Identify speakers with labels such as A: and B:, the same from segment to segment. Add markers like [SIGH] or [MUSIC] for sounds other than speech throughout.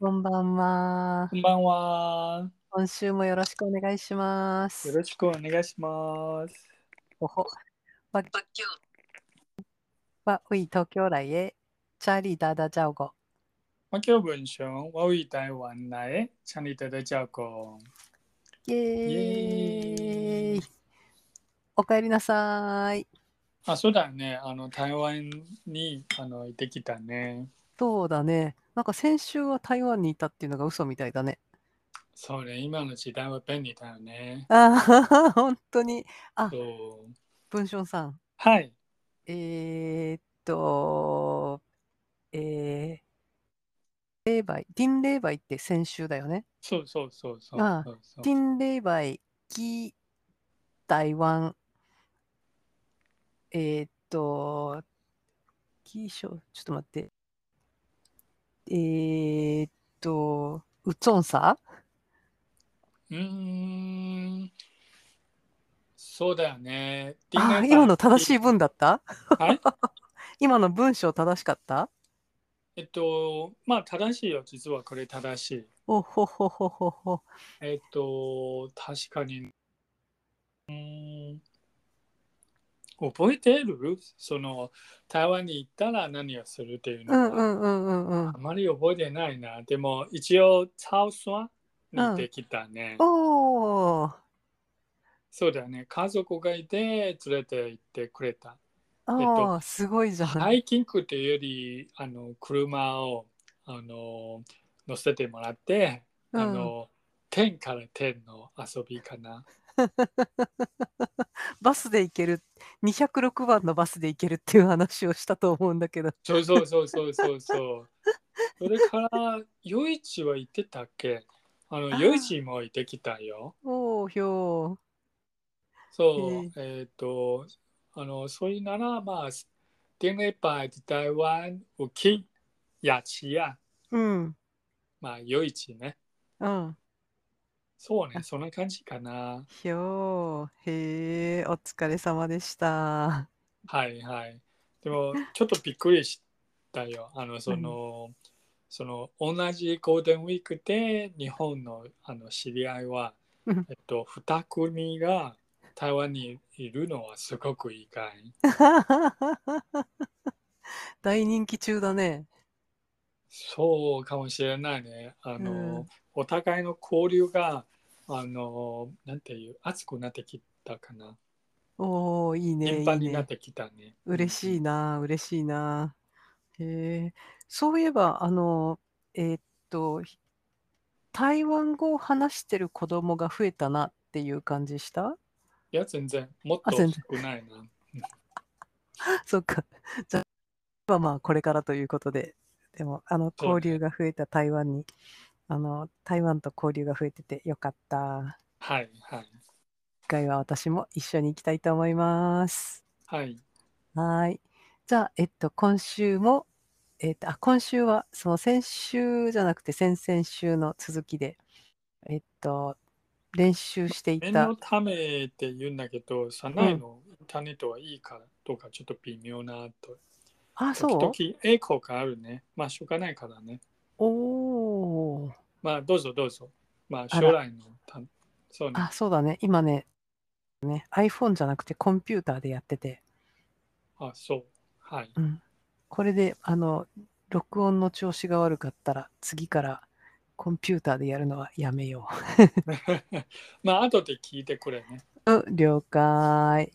A: こんばんは
B: こ。んばんは。
A: 今週もよろしくお願いしま
B: よ
A: す。
B: ろしくお願いします。
A: おほ。わわうい東京来へ。チャーリーダーダジャオゴ。
B: マキョ文章、我为台湾来，强力的的教工。
A: イエーイ。おかえりなさい。
B: あ、そうだよね。あの台湾にあの行ってきたね。
A: そうだね。なんか先週は台湾にいたっていうのが嘘みたいだね。
B: そうね。今の時代は便利だよね。
A: ああ、本当に。
B: そう。
A: 文春さん。
B: はい。
A: えー、っと、えー、霊媒、ディン霊媒って先週だよね。
B: そうそうそうそう。
A: あ
B: そうそう
A: ティンレイバイ、キ台湾、えーっと、キーショー、ちょっと待って。えーっと、ウツォンサ
B: うーん。そうだよね。
A: あ、今の正しい文だった
B: はい。
A: [LAUGHS] 今の文章正しかった
B: えっと、まあ正しいよ。実はこれ正しい。
A: おほほほほほ。
B: えっと、確かに。うーん覚えてるその、台湾に行ったら何をするっていうの
A: う
B: が、
A: んうんうんうんうん
B: あ。まり覚えてないな。でも、一応、サウスはにできたね、
A: おー
B: そうだよね。家族がいて、連れて行ってくれた。
A: あー、
B: えっと
A: すごいじゃん。
B: ハイキングというより、あの、車を、あの、乗せてもらって、
A: うん
B: あの、天から天の遊びかな。
A: バスで行ける、206番のバスで行けるっていう話をしたと思うんだけど。
B: そうそうそうそうそうそう。それから、夜市は行ってたっけあの、
A: あー
B: 夜市も行ってきたよ。
A: おーひょー。
B: そう、えっ、と、あの、それなら、まあ、電力パイ台湾、ウキ、ヤチヤ、
A: うん。
B: まあ、夜市ね。
A: うん。
B: そうね、そんな感じかな。
A: ひょー。へえ、お疲れ様でした。 [LAUGHS]
B: はいはい。でも、ちょっとびっくりしたよ。 [LAUGHS] あの、その、その、同じゴールデンウィークで、日本のあの知り合いは
A: うん、
B: えっと、2組が台湾にいるのはすごく意外。
A: 大人気中だね。
B: そうかもしれないね。あの、
A: うん
B: お互いの交流が、あの、なんていう、熱くなってきたかな。
A: おー、いいね。
B: 頻
A: い
B: 繁
A: い
B: になっ
A: ね。
B: てきたね。
A: 嬉しい
B: い。
A: な、嬉しいな。へえ。そういえば、あの、えーっと、台湾語を話してる子供が増えたなっていう感じした
B: いや、全然、もっ
A: あ
B: と
A: 全然
B: 少ないな。
A: [LAUGHS] そっか。じゃあ、まあまあ、これからということで、でも、あの、
B: そうね
A: 交流が増えた台湾に、あの、台湾と交流が増えててよかった。
B: はいはい。
A: 次回は私も一緒に行きたいと思います。
B: はい。
A: はーい。じゃあ、えっと、今週も、えっと、あ、今週は、その先週じゃなくて先々週の続きで、えっと、練習してい
B: 念
A: た
B: の、ためって言うんだけど、社内のインターネットはいいかどうかちょっと微妙なと。
A: あ、そう
B: 時々エコーがあるね。まあ、しょうがないからね。
A: おー。
B: まあ、どうぞどうぞ。まあ、
A: あら
B: 将来のた、そうね。
A: あ、そうだね。今ね、ね、iPhone じゃなくてコンピューターでやってて、
B: あ、そう。はい。 [LAUGHS]
A: うん、これで、あの、録音の調子が悪かったら、次からコンピューターでやるのはやめよ
B: まあ、後で聞いてくれね。
A: う。うん、了解。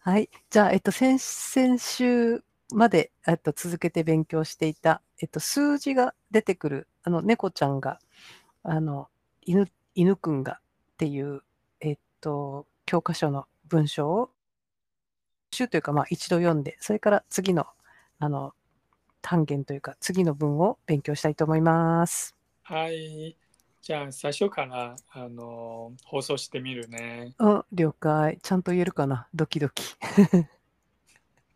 A: はい。じゃあ、えっと、先、先週まで、えっと、続けて勉強していた、えっと、数字が出てくる、あの、猫ちゃんが、あの、犬、犬くんがっていう、えっと、教科書の文章を、週というか、まあ、一度読んで、それから次の、あの、単元というか、次の文を勉強したいと思います。
B: はい。じゃあ、最初から、あの、放送してみるね。
A: うん、了解。ちゃんと言えるかなドキドキ。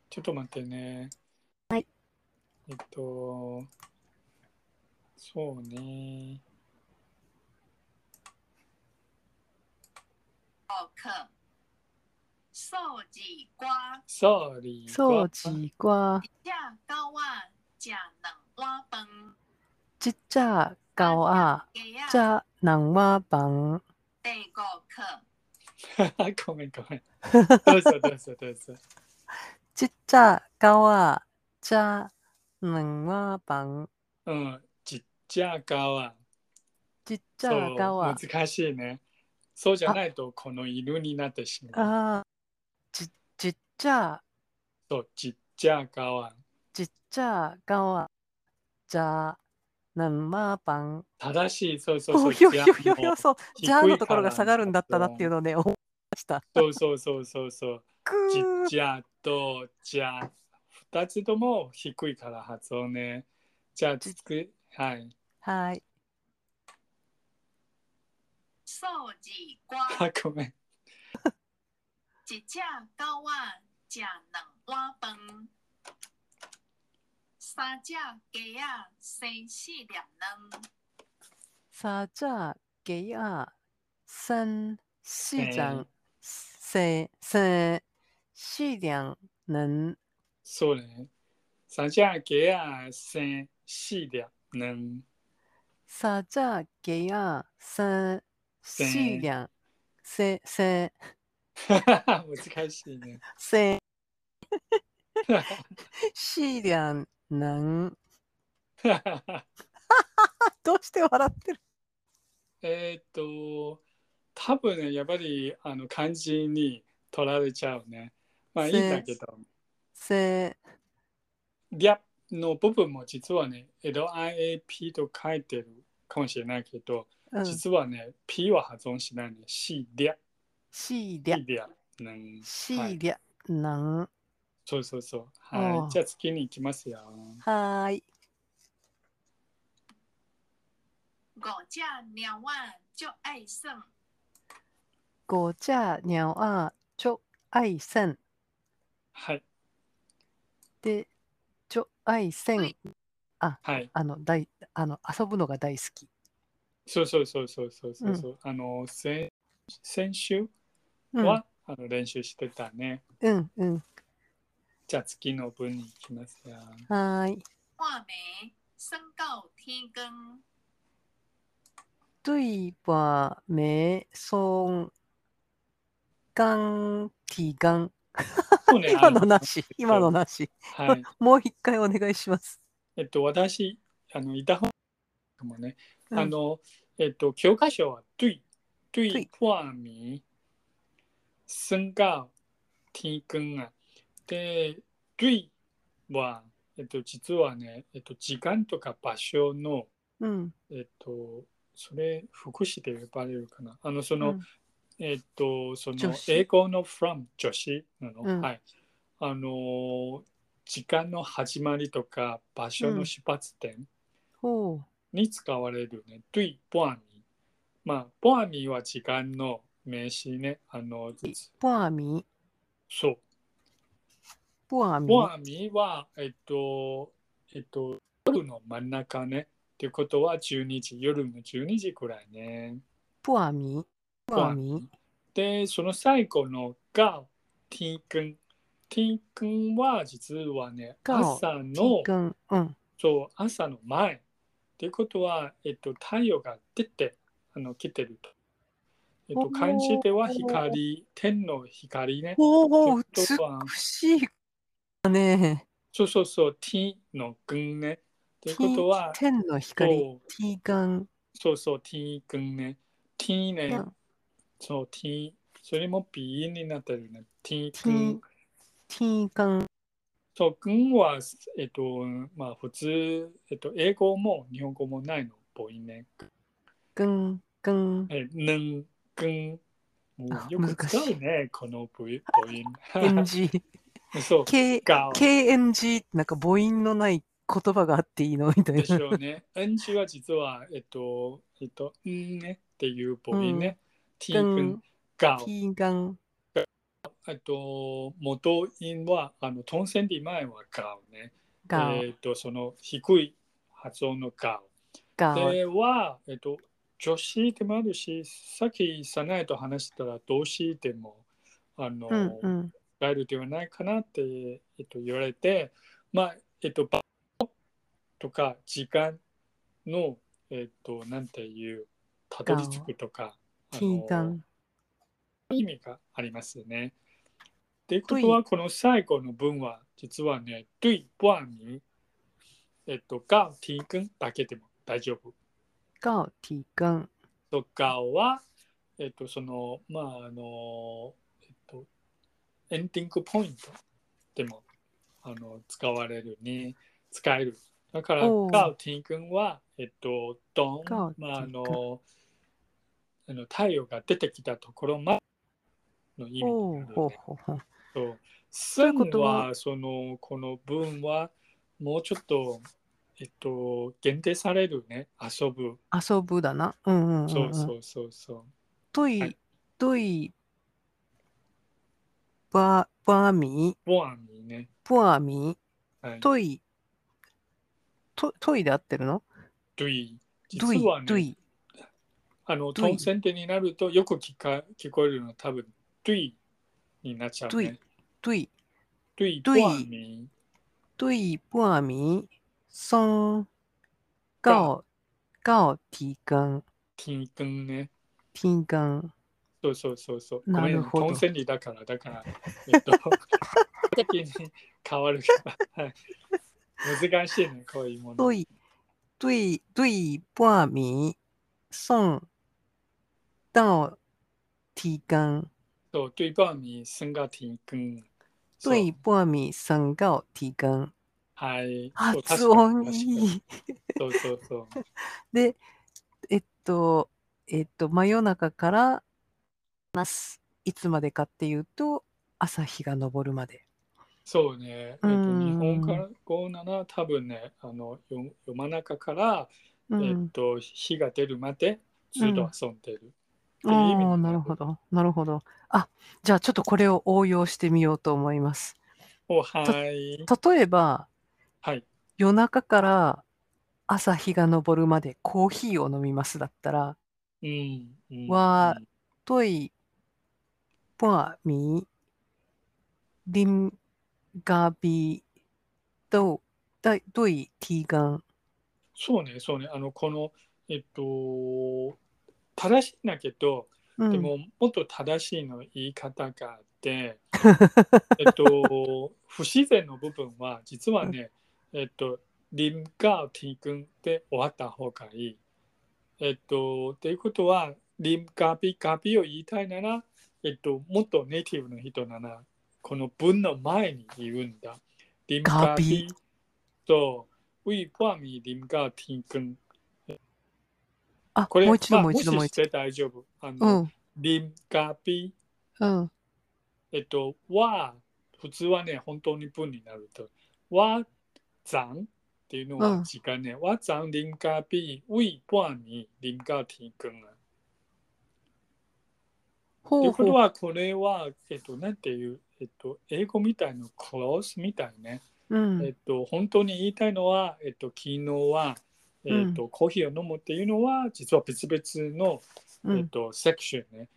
B: ちょっと待ってね。はい。えっと、そうね。
C: 授课，手指瓜
B: ソーリー。
A: そう、ちーわ
C: 一只狗仔食两碗饭，
A: ちっちゃー高啊，
C: 也要
A: 这南瓦版
C: 背过课，
B: [LAUGHS] ごめんごめん。どうぞどうぞどうぞ。
A: ちっちゃ高啊，这南瓦版
B: うん。ちっちゃかわ。
A: ちっち
B: そ
A: ゃ
B: う
A: 高啊，
B: 難しいね。そうじゃないとこの犬になってしまう。
A: あーちちっちゃ
B: そう、ちっちゃかわ。
A: ちっちゃ高啊，じゃ南瓦版。
B: 正しい、そうそうそ
A: お
B: う。
A: ひょひょひょひ
B: も
A: ょ
B: う
A: そう。
B: 低い
A: じゃあのところが下がるんだったなっていうのをね、思いました。
B: そうそうそうそうそう。
A: く
B: ちっ
A: ー
B: ちゃとじゃ二つとも低いから発音ね。じゃあつくはい。
A: はい。
C: 寿几瓜，
B: あごめん。
C: 一只狗啊，食两碗饭，三只鸡啊，生四粒卵，
A: さあ、じゃあ、げや、さん、しじゃん、
B: えー
A: せ、せ、しりゃん、なん、
B: そうね。三じゃけや三四で能
A: さあ、じゃあ、げや、さん、しりゃん、せ、せ、
B: 難しいね。
A: せ、しりゃん、なん。どうして笑ってる
B: [LAUGHS] えーっと多分ねやっぱりあの漢字に取られちゃうね。まあいいんだけど。
A: せ、
B: リャの部分も実はね、LIAP と書いてるかもしれないけど、
A: うん、
B: 実はね、P は発音しないね。C、リャ、
A: しりゃ
B: P、、リャ。うん、
A: しりゃ、なん。
B: そうそうそう。
A: あ
B: は
A: あ
B: い。じゃあ次に行きますよ。
A: はーい。
C: 五只猫啊，就爱耍。
A: 五只鸟啊，就爱散
B: はい。
A: で、ちょ愛散。
B: はい。
A: あの、大、あの、遊ぶのが大好き。
B: そうそうそうそうそうそうそう、あの、先先週
A: うん
B: は、あの練習してたね。
A: うん、うん、
B: じゃあ次の文に行きます
A: [LAUGHS]
B: よ。
A: はーい。
C: 半暝耍到天光，
A: 对吧？没送。刚提纲。
B: そうね
A: 今のなし。今の
B: な。
A: なし。
B: はい。
A: もう一回お願いします。
B: えっと、私、あの、いた方もね、
A: うん
B: あの、えっと、教科書は、トゥイ、トゥ
A: 对
B: イ、フォアミ、スンガー、ティークンが。で、トゥイは、えっと、実はね、えっと、時間とか場所の、
A: うん。
B: えっと、それ、副詞で呼ばれるかな。あの、そうの、
A: ん
B: えっと、そ
A: 助
B: の、
A: 詞
B: 英語の from 助詞なの、
A: うん
B: はい。あの、時間の始まりとか、場所
A: う
B: の
A: ん
B: 出発点、
A: ほう。
B: に使われるね。对、ボアミ。まあ、ボアミは時間の名詞ね。あの、
A: ボアミ。
B: そう。
A: ボアミ。
B: ボアミは、えっと、えっと、夜の真ん中ね。っていうことは12時、夜の12時くらいね。
A: ボアミ。ボアミ。
B: で、その最後のが、ティー君。ティー君は実はね、
A: が
B: 朝の
A: 提、纲。うん。
B: そう、朝の前。っていうことは、えっと、太陽が出て、あの、来てると。えっ
A: お
B: と、
A: ー
B: 漢字では光、天の光ね。
A: おお、
B: って
A: 美
B: ことは
A: しい。ね。
B: そうそうそう、天の群ね。っていうことは、
A: 天の光。
B: そう
A: T 眼。
B: そうそう、天群ね。天ね、
A: うん
B: そう、天。それも鼻音になってるね。天群
A: T。T 眼。
B: そう、群は、えっと、まあ、普通、えっと、英語も日本語もないの、母音ね。
A: 眼。眼。
B: え、ぬん、くん。も
A: あ
B: うよく使 [LAUGHS] うね、この母音母 [LAUGHS]
A: NG。
B: 音。そう、
A: K。
B: が
A: KNG ってなんか母音のない言葉があっていいのみたい
B: でし
A: な。
B: ょうね。NG は実は、えっと、えっと、んねっていう母音ね。t
A: う
B: く
A: ん
B: ん、が。
A: T 眼。
B: えっと、元音は、あの、トンセンディ前はがね。
A: が。
B: えっと、その低い発音のが。
A: が。
B: では、えっと、助詞でもあるし、さっきさないと話してたら動詞でも、あの、
A: うんうん。
B: 使えるではないかなって、えっと、言われて、まあ、えっと、場所とか時間の、えっと、なんていう、たどり着くとか、あ
A: 金
B: の
A: 眼。
B: 意味がありますよね。っていうことは、この最後の文は、実はね、对半に、えっと、が提供だけでも大丈夫。
A: が提供。
B: とかは、えっと、その、まあ、あの、えっと、エンディングポイントでも、あの、使われるね、使える。だから、
A: おう
B: ガウティ君は、えっと、ド
A: ガウ
B: ン、
A: ティ君
B: まあ、あの、あの太陽が出てきたところまでの意味
A: おう
B: になる
A: ほう
B: ね。
A: ほうほう。
B: そう。
A: いうこと
B: ン
A: は
B: は、その、この文は、もうちょっと、えっと、限定されるね、遊ぶ。
A: 遊ぶだな。うんうんうん、うん。
B: そうそうそうそう。
A: と
B: はいい、
A: とい、ば、ばみ、
B: ボアにね。
A: ぽあみ、
B: はい。
A: とい、と、といで合ってるの
B: ドゥイ。
A: ど
B: 実
A: い
B: は、
A: ど
B: ね、
A: い。
B: あの、
A: ドゥイ
B: トンセンテになるとよく聞か聞こえるのは多分、ドゥイになっちゃうね。
A: とい、
B: ドゥイ、
A: ドゥイ
B: ボアミ、
A: とい、ぽあみ、そん、がお、がお、提供、
B: ティンクンね。
A: 提供。
B: そうそうそうそう。
A: なる
B: ご
A: ほど
B: めん、トンセンテだから、
A: [LAUGHS]
B: だから、えっと、先に変わるから。はい難しいね、こういうもの。
A: 对对对半米送到提供，
B: そう、ドゥイ、ボアミ、スンガティンクン。そう
A: 对半米送到提供。
B: はい。そう
A: 発音。
B: 確かに確か
A: い
B: に
A: い。
B: そうそうそう。
A: で、 [LAUGHS] えっと、えっと、真夜中からますいつまでかっていうと、朝日が昇るまで。
B: そうね、えっと
A: うん
B: 日本から語なら多分ねあのよ夜真中から、
A: う
B: えっ
A: ん。
B: と日が出るまでずっと遊んでる、
A: あ
B: っていう意味に
A: あー、
B: な
A: な
B: る
A: るほど。なるほど。あ、じゃあちょっとこれを応用してみようと思います。
B: おはい
A: 例えば、
B: はい
A: 夜中から朝日が昇るまでコーヒーを飲みますだったら、
B: うん、うん、
A: わ
B: うん
A: トイ、ポアミ、リンガビ、ドウ、ダイドイ、ティガン。
B: そうねそうねあのこのえっと正しいんだけど、
A: うん
B: でももっと正しいの言い方があ
A: [LAUGHS]
B: って、えっと不自然の部分は実はね、えっと臨が提供で終わった方がいい。えっとということは臨ガビガビを言いたいなら、えっともっとネイティブの人ならこの文の前に言うんだ。臨
A: ガビ
B: とウィパミ臨が提供。
A: あ、
B: これ
A: もう一度
B: まあ
A: もう一度もう
B: 無視
A: 一度
B: し。て大丈夫。あ
A: う
B: の、
A: ん、
B: 臨ガビ
A: うん、
B: えっと、は、普通はね、本当に文になると、わ、ざんっていうの
A: う
B: は
A: ん
B: 時間ね、わざん臨がび、ういばに臨が提供が。とい
A: ほう
B: うこと
A: ほう。
B: は、これは、えっと、なんていう、えっと、英語みたいの、クロースみたいね。
A: う
B: えっ
A: ん、
B: と、本当に言いたいのは、えっと、昨日は、えっと、コーヒーを飲むっていうのは、実は別々の、
A: う
B: えっ
A: ん。
B: と、セクションね。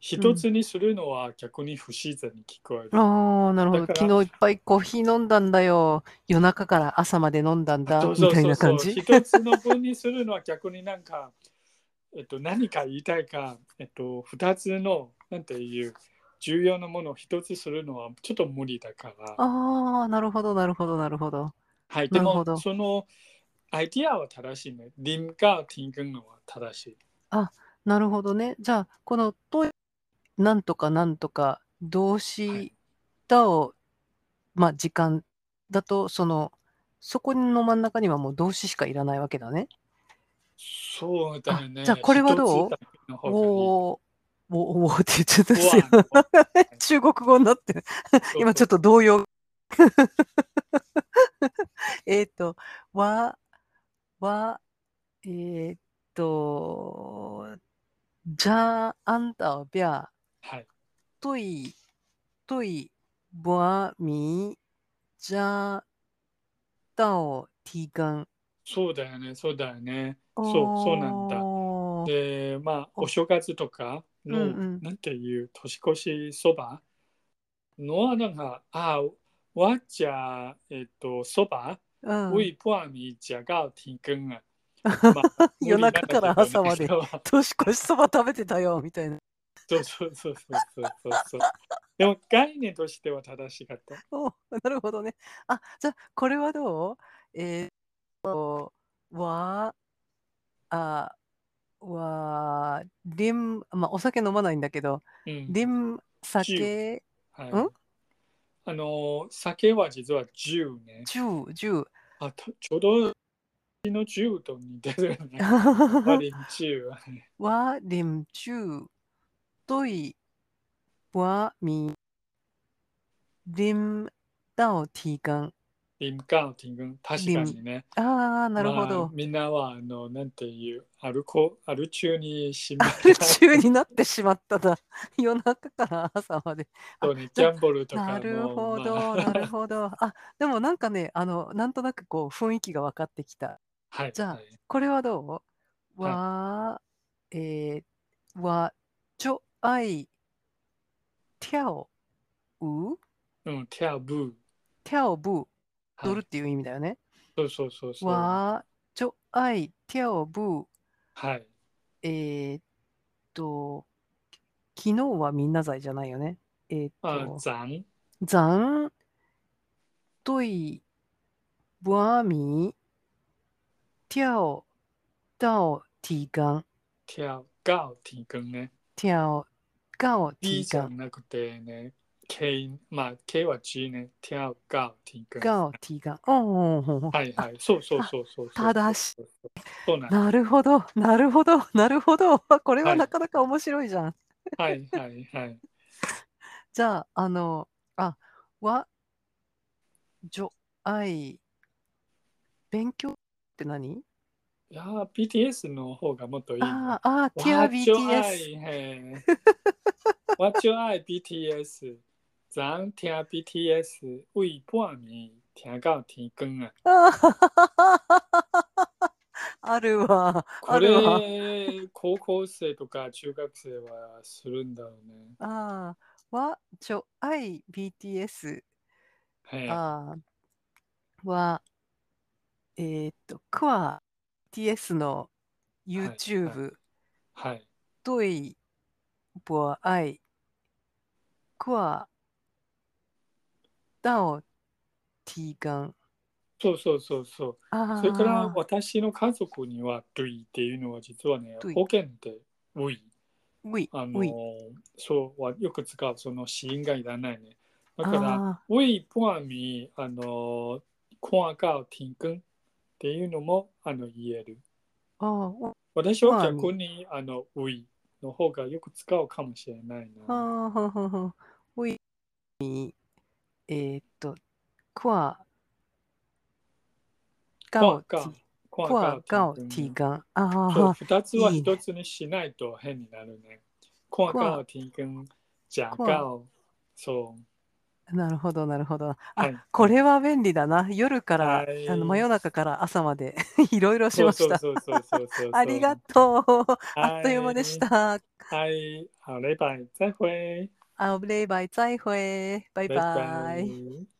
B: 一つにするのは逆に不自然に聞こえる。
A: ああ、なるほど。
B: だから
A: 昨日いっぱいコーヒー飲んだんだよ。夜中から朝まで飲んだんだ。
B: そう
A: み
B: そう
A: たい
B: そう
A: な
B: そう
A: 感じ。
B: 一つの分にするのは逆になんか、 [LAUGHS] えっと、何か言いたいか、えっと、二つの、なんていう、重要なものを一つするのはちょっと無理だから。
A: ああ、なるほど、なるほど、なるほど。
B: はい、で
A: なるほ
B: も
A: ど、
B: そのアイディアは正しいね。リンがティングのは正しい。
A: なるほどね。じゃあ、このと、なんとかなんとか、動
B: はい
A: 詞だを、まあ、時間だと、その、そこの真ん中にはもう動詞しかいらないわけだね。
B: そうだよね。
A: あじゃあこれはどう
B: 一つだけの方がいい
A: おー、おー、おーって言っちゃったんですよ。
B: うわ
A: [LAUGHS] 中国語になってる。今ちょっと動揺。 [LAUGHS] えっと、わ、わ、えーっと、じゃあ、あんたはびゃ、
B: はい。
A: 对对我米加到提供。
B: そうだよね。そうだよね。そう、そうなんだ。
A: おー
B: で、まあ、
A: お
B: お正月とかの、
A: うんうん
B: なんていう、年越しそばのは、なんか、あ、わっちゃ、えっと、そば、
A: うん
B: ういぽあみじゃが、てんくんが。
A: [LAUGHS]
B: まあ
A: 夜中から朝まで
B: 無理なかったけどね
A: 年越しそば食べてたよみたいな。
B: 人はそうそうそうそうそうそう。でも概念としては正しかった。
A: お [LAUGHS] なるほどね。あじゃあこれはどうえーっと、わー、あー、わー、りん、まあお酒飲まないんだけど、
B: うん
A: りん、酒、
B: はい
A: ん
B: あのー酒は実は10ね。
A: 十十。
B: あとちょうどうちの10と似てるよね
A: [LAUGHS]
B: マリン10はね。
A: わりんじゅうといわみりん到提供。
B: リンカーティング確かにね。
A: ああ、なるほ
B: まあ
A: ど。 [LAUGHS]
B: みんなはあのなんていうアルコアル中にしまっ
A: アル中になってしまっただ。夜中から朝まで。
B: とねギャンブルとかも
A: なるほ
B: ま
A: ど、
B: あ
A: なるほど。あ、でもなんかね、あの、なんとなくこう雰囲気が分かってきた。
B: はい。
A: じゃあ
B: はい
A: これはどう？
B: はい
A: わ、えー、わ、ちょあい、跳舞、
B: うん、テアブー。
A: 跳舞、
B: はい
A: 踊るっていう意味だよね。
B: そうそうそうそう。
A: わ、ちょあい、跳舞、
B: はい。
A: えーっと、昨日はみんな罪じゃないよね。えーっ
B: あ
A: と、、
B: 残ん。
A: 残对我米跳到提纲
B: テアガオティングね。
A: 跳到提
B: B じゃ
A: 纲
B: なくてね。K、まあ K は G ね。テアガオティング。
A: 到提纲おーおーおー
B: はいはい。そうそうそうそうそう。
A: 正しい
B: そうなんです
A: なるほどなるほどなるほどこれははいなかなか面白いじゃん、
B: はいはいはい。
A: じゃああのあわ女愛勉強って何
B: いやー、BTS の方がもっといいな。
A: あーあーティア BTS
B: What you I BTS? 咱听 BTS 为半暝听到天光啊！
A: [LAUGHS] あははははあるわ。
B: こ
A: あるわ。
B: れ、高校生とか中学生はするんだろうね。
A: ああ。わ、ちょ、あい、BTS。
B: はい、
A: ああ。は、えーっと、クワ、BTS の
B: い
A: YouTube、
B: はい、
A: ドイ、ボア、イ、クア、ダオ、ティガン。
B: そうそうそうそう。
A: ああ。
B: それから私の家族には、ルイっていうのは実はね
A: ルイ、
B: 保険で、ウイ。
A: ウィ、
B: あの
A: ウィ。
B: そうはよく使うその子音がいらないね。だから、
A: あ
B: ウイポアミ、あの、コアガオティンクンっていうのもあの言える。
A: あ。ああ
B: 私は逆にあのウイの方がよく使うかもしれないな。
A: はあはあはあはあ。おい、えーっと、クワ、ガオティ、
B: コ
A: クワ、ガオテ
B: ン
A: ィ
B: クン。
A: ガン。ああ
B: そう、
A: は
B: 二つは一つにしないと変になるね。コアガオティンクン、ジャガオ。そう。
A: あ、なるほど、なるほど。あ、
B: はい
A: これは便利だな。夜から、
B: はい
A: あの真夜中から朝まで [LAUGHS] いろいろし
B: そう
A: まし
B: そう
A: た。
B: そうそうそうそ
A: [LAUGHS]
B: う。
A: ありがとう。あっという間
B: はい
A: でした。
B: 嗨，好嘞，拜，再会，
A: あ、バイバイ、再会。バイバイ。
B: 拜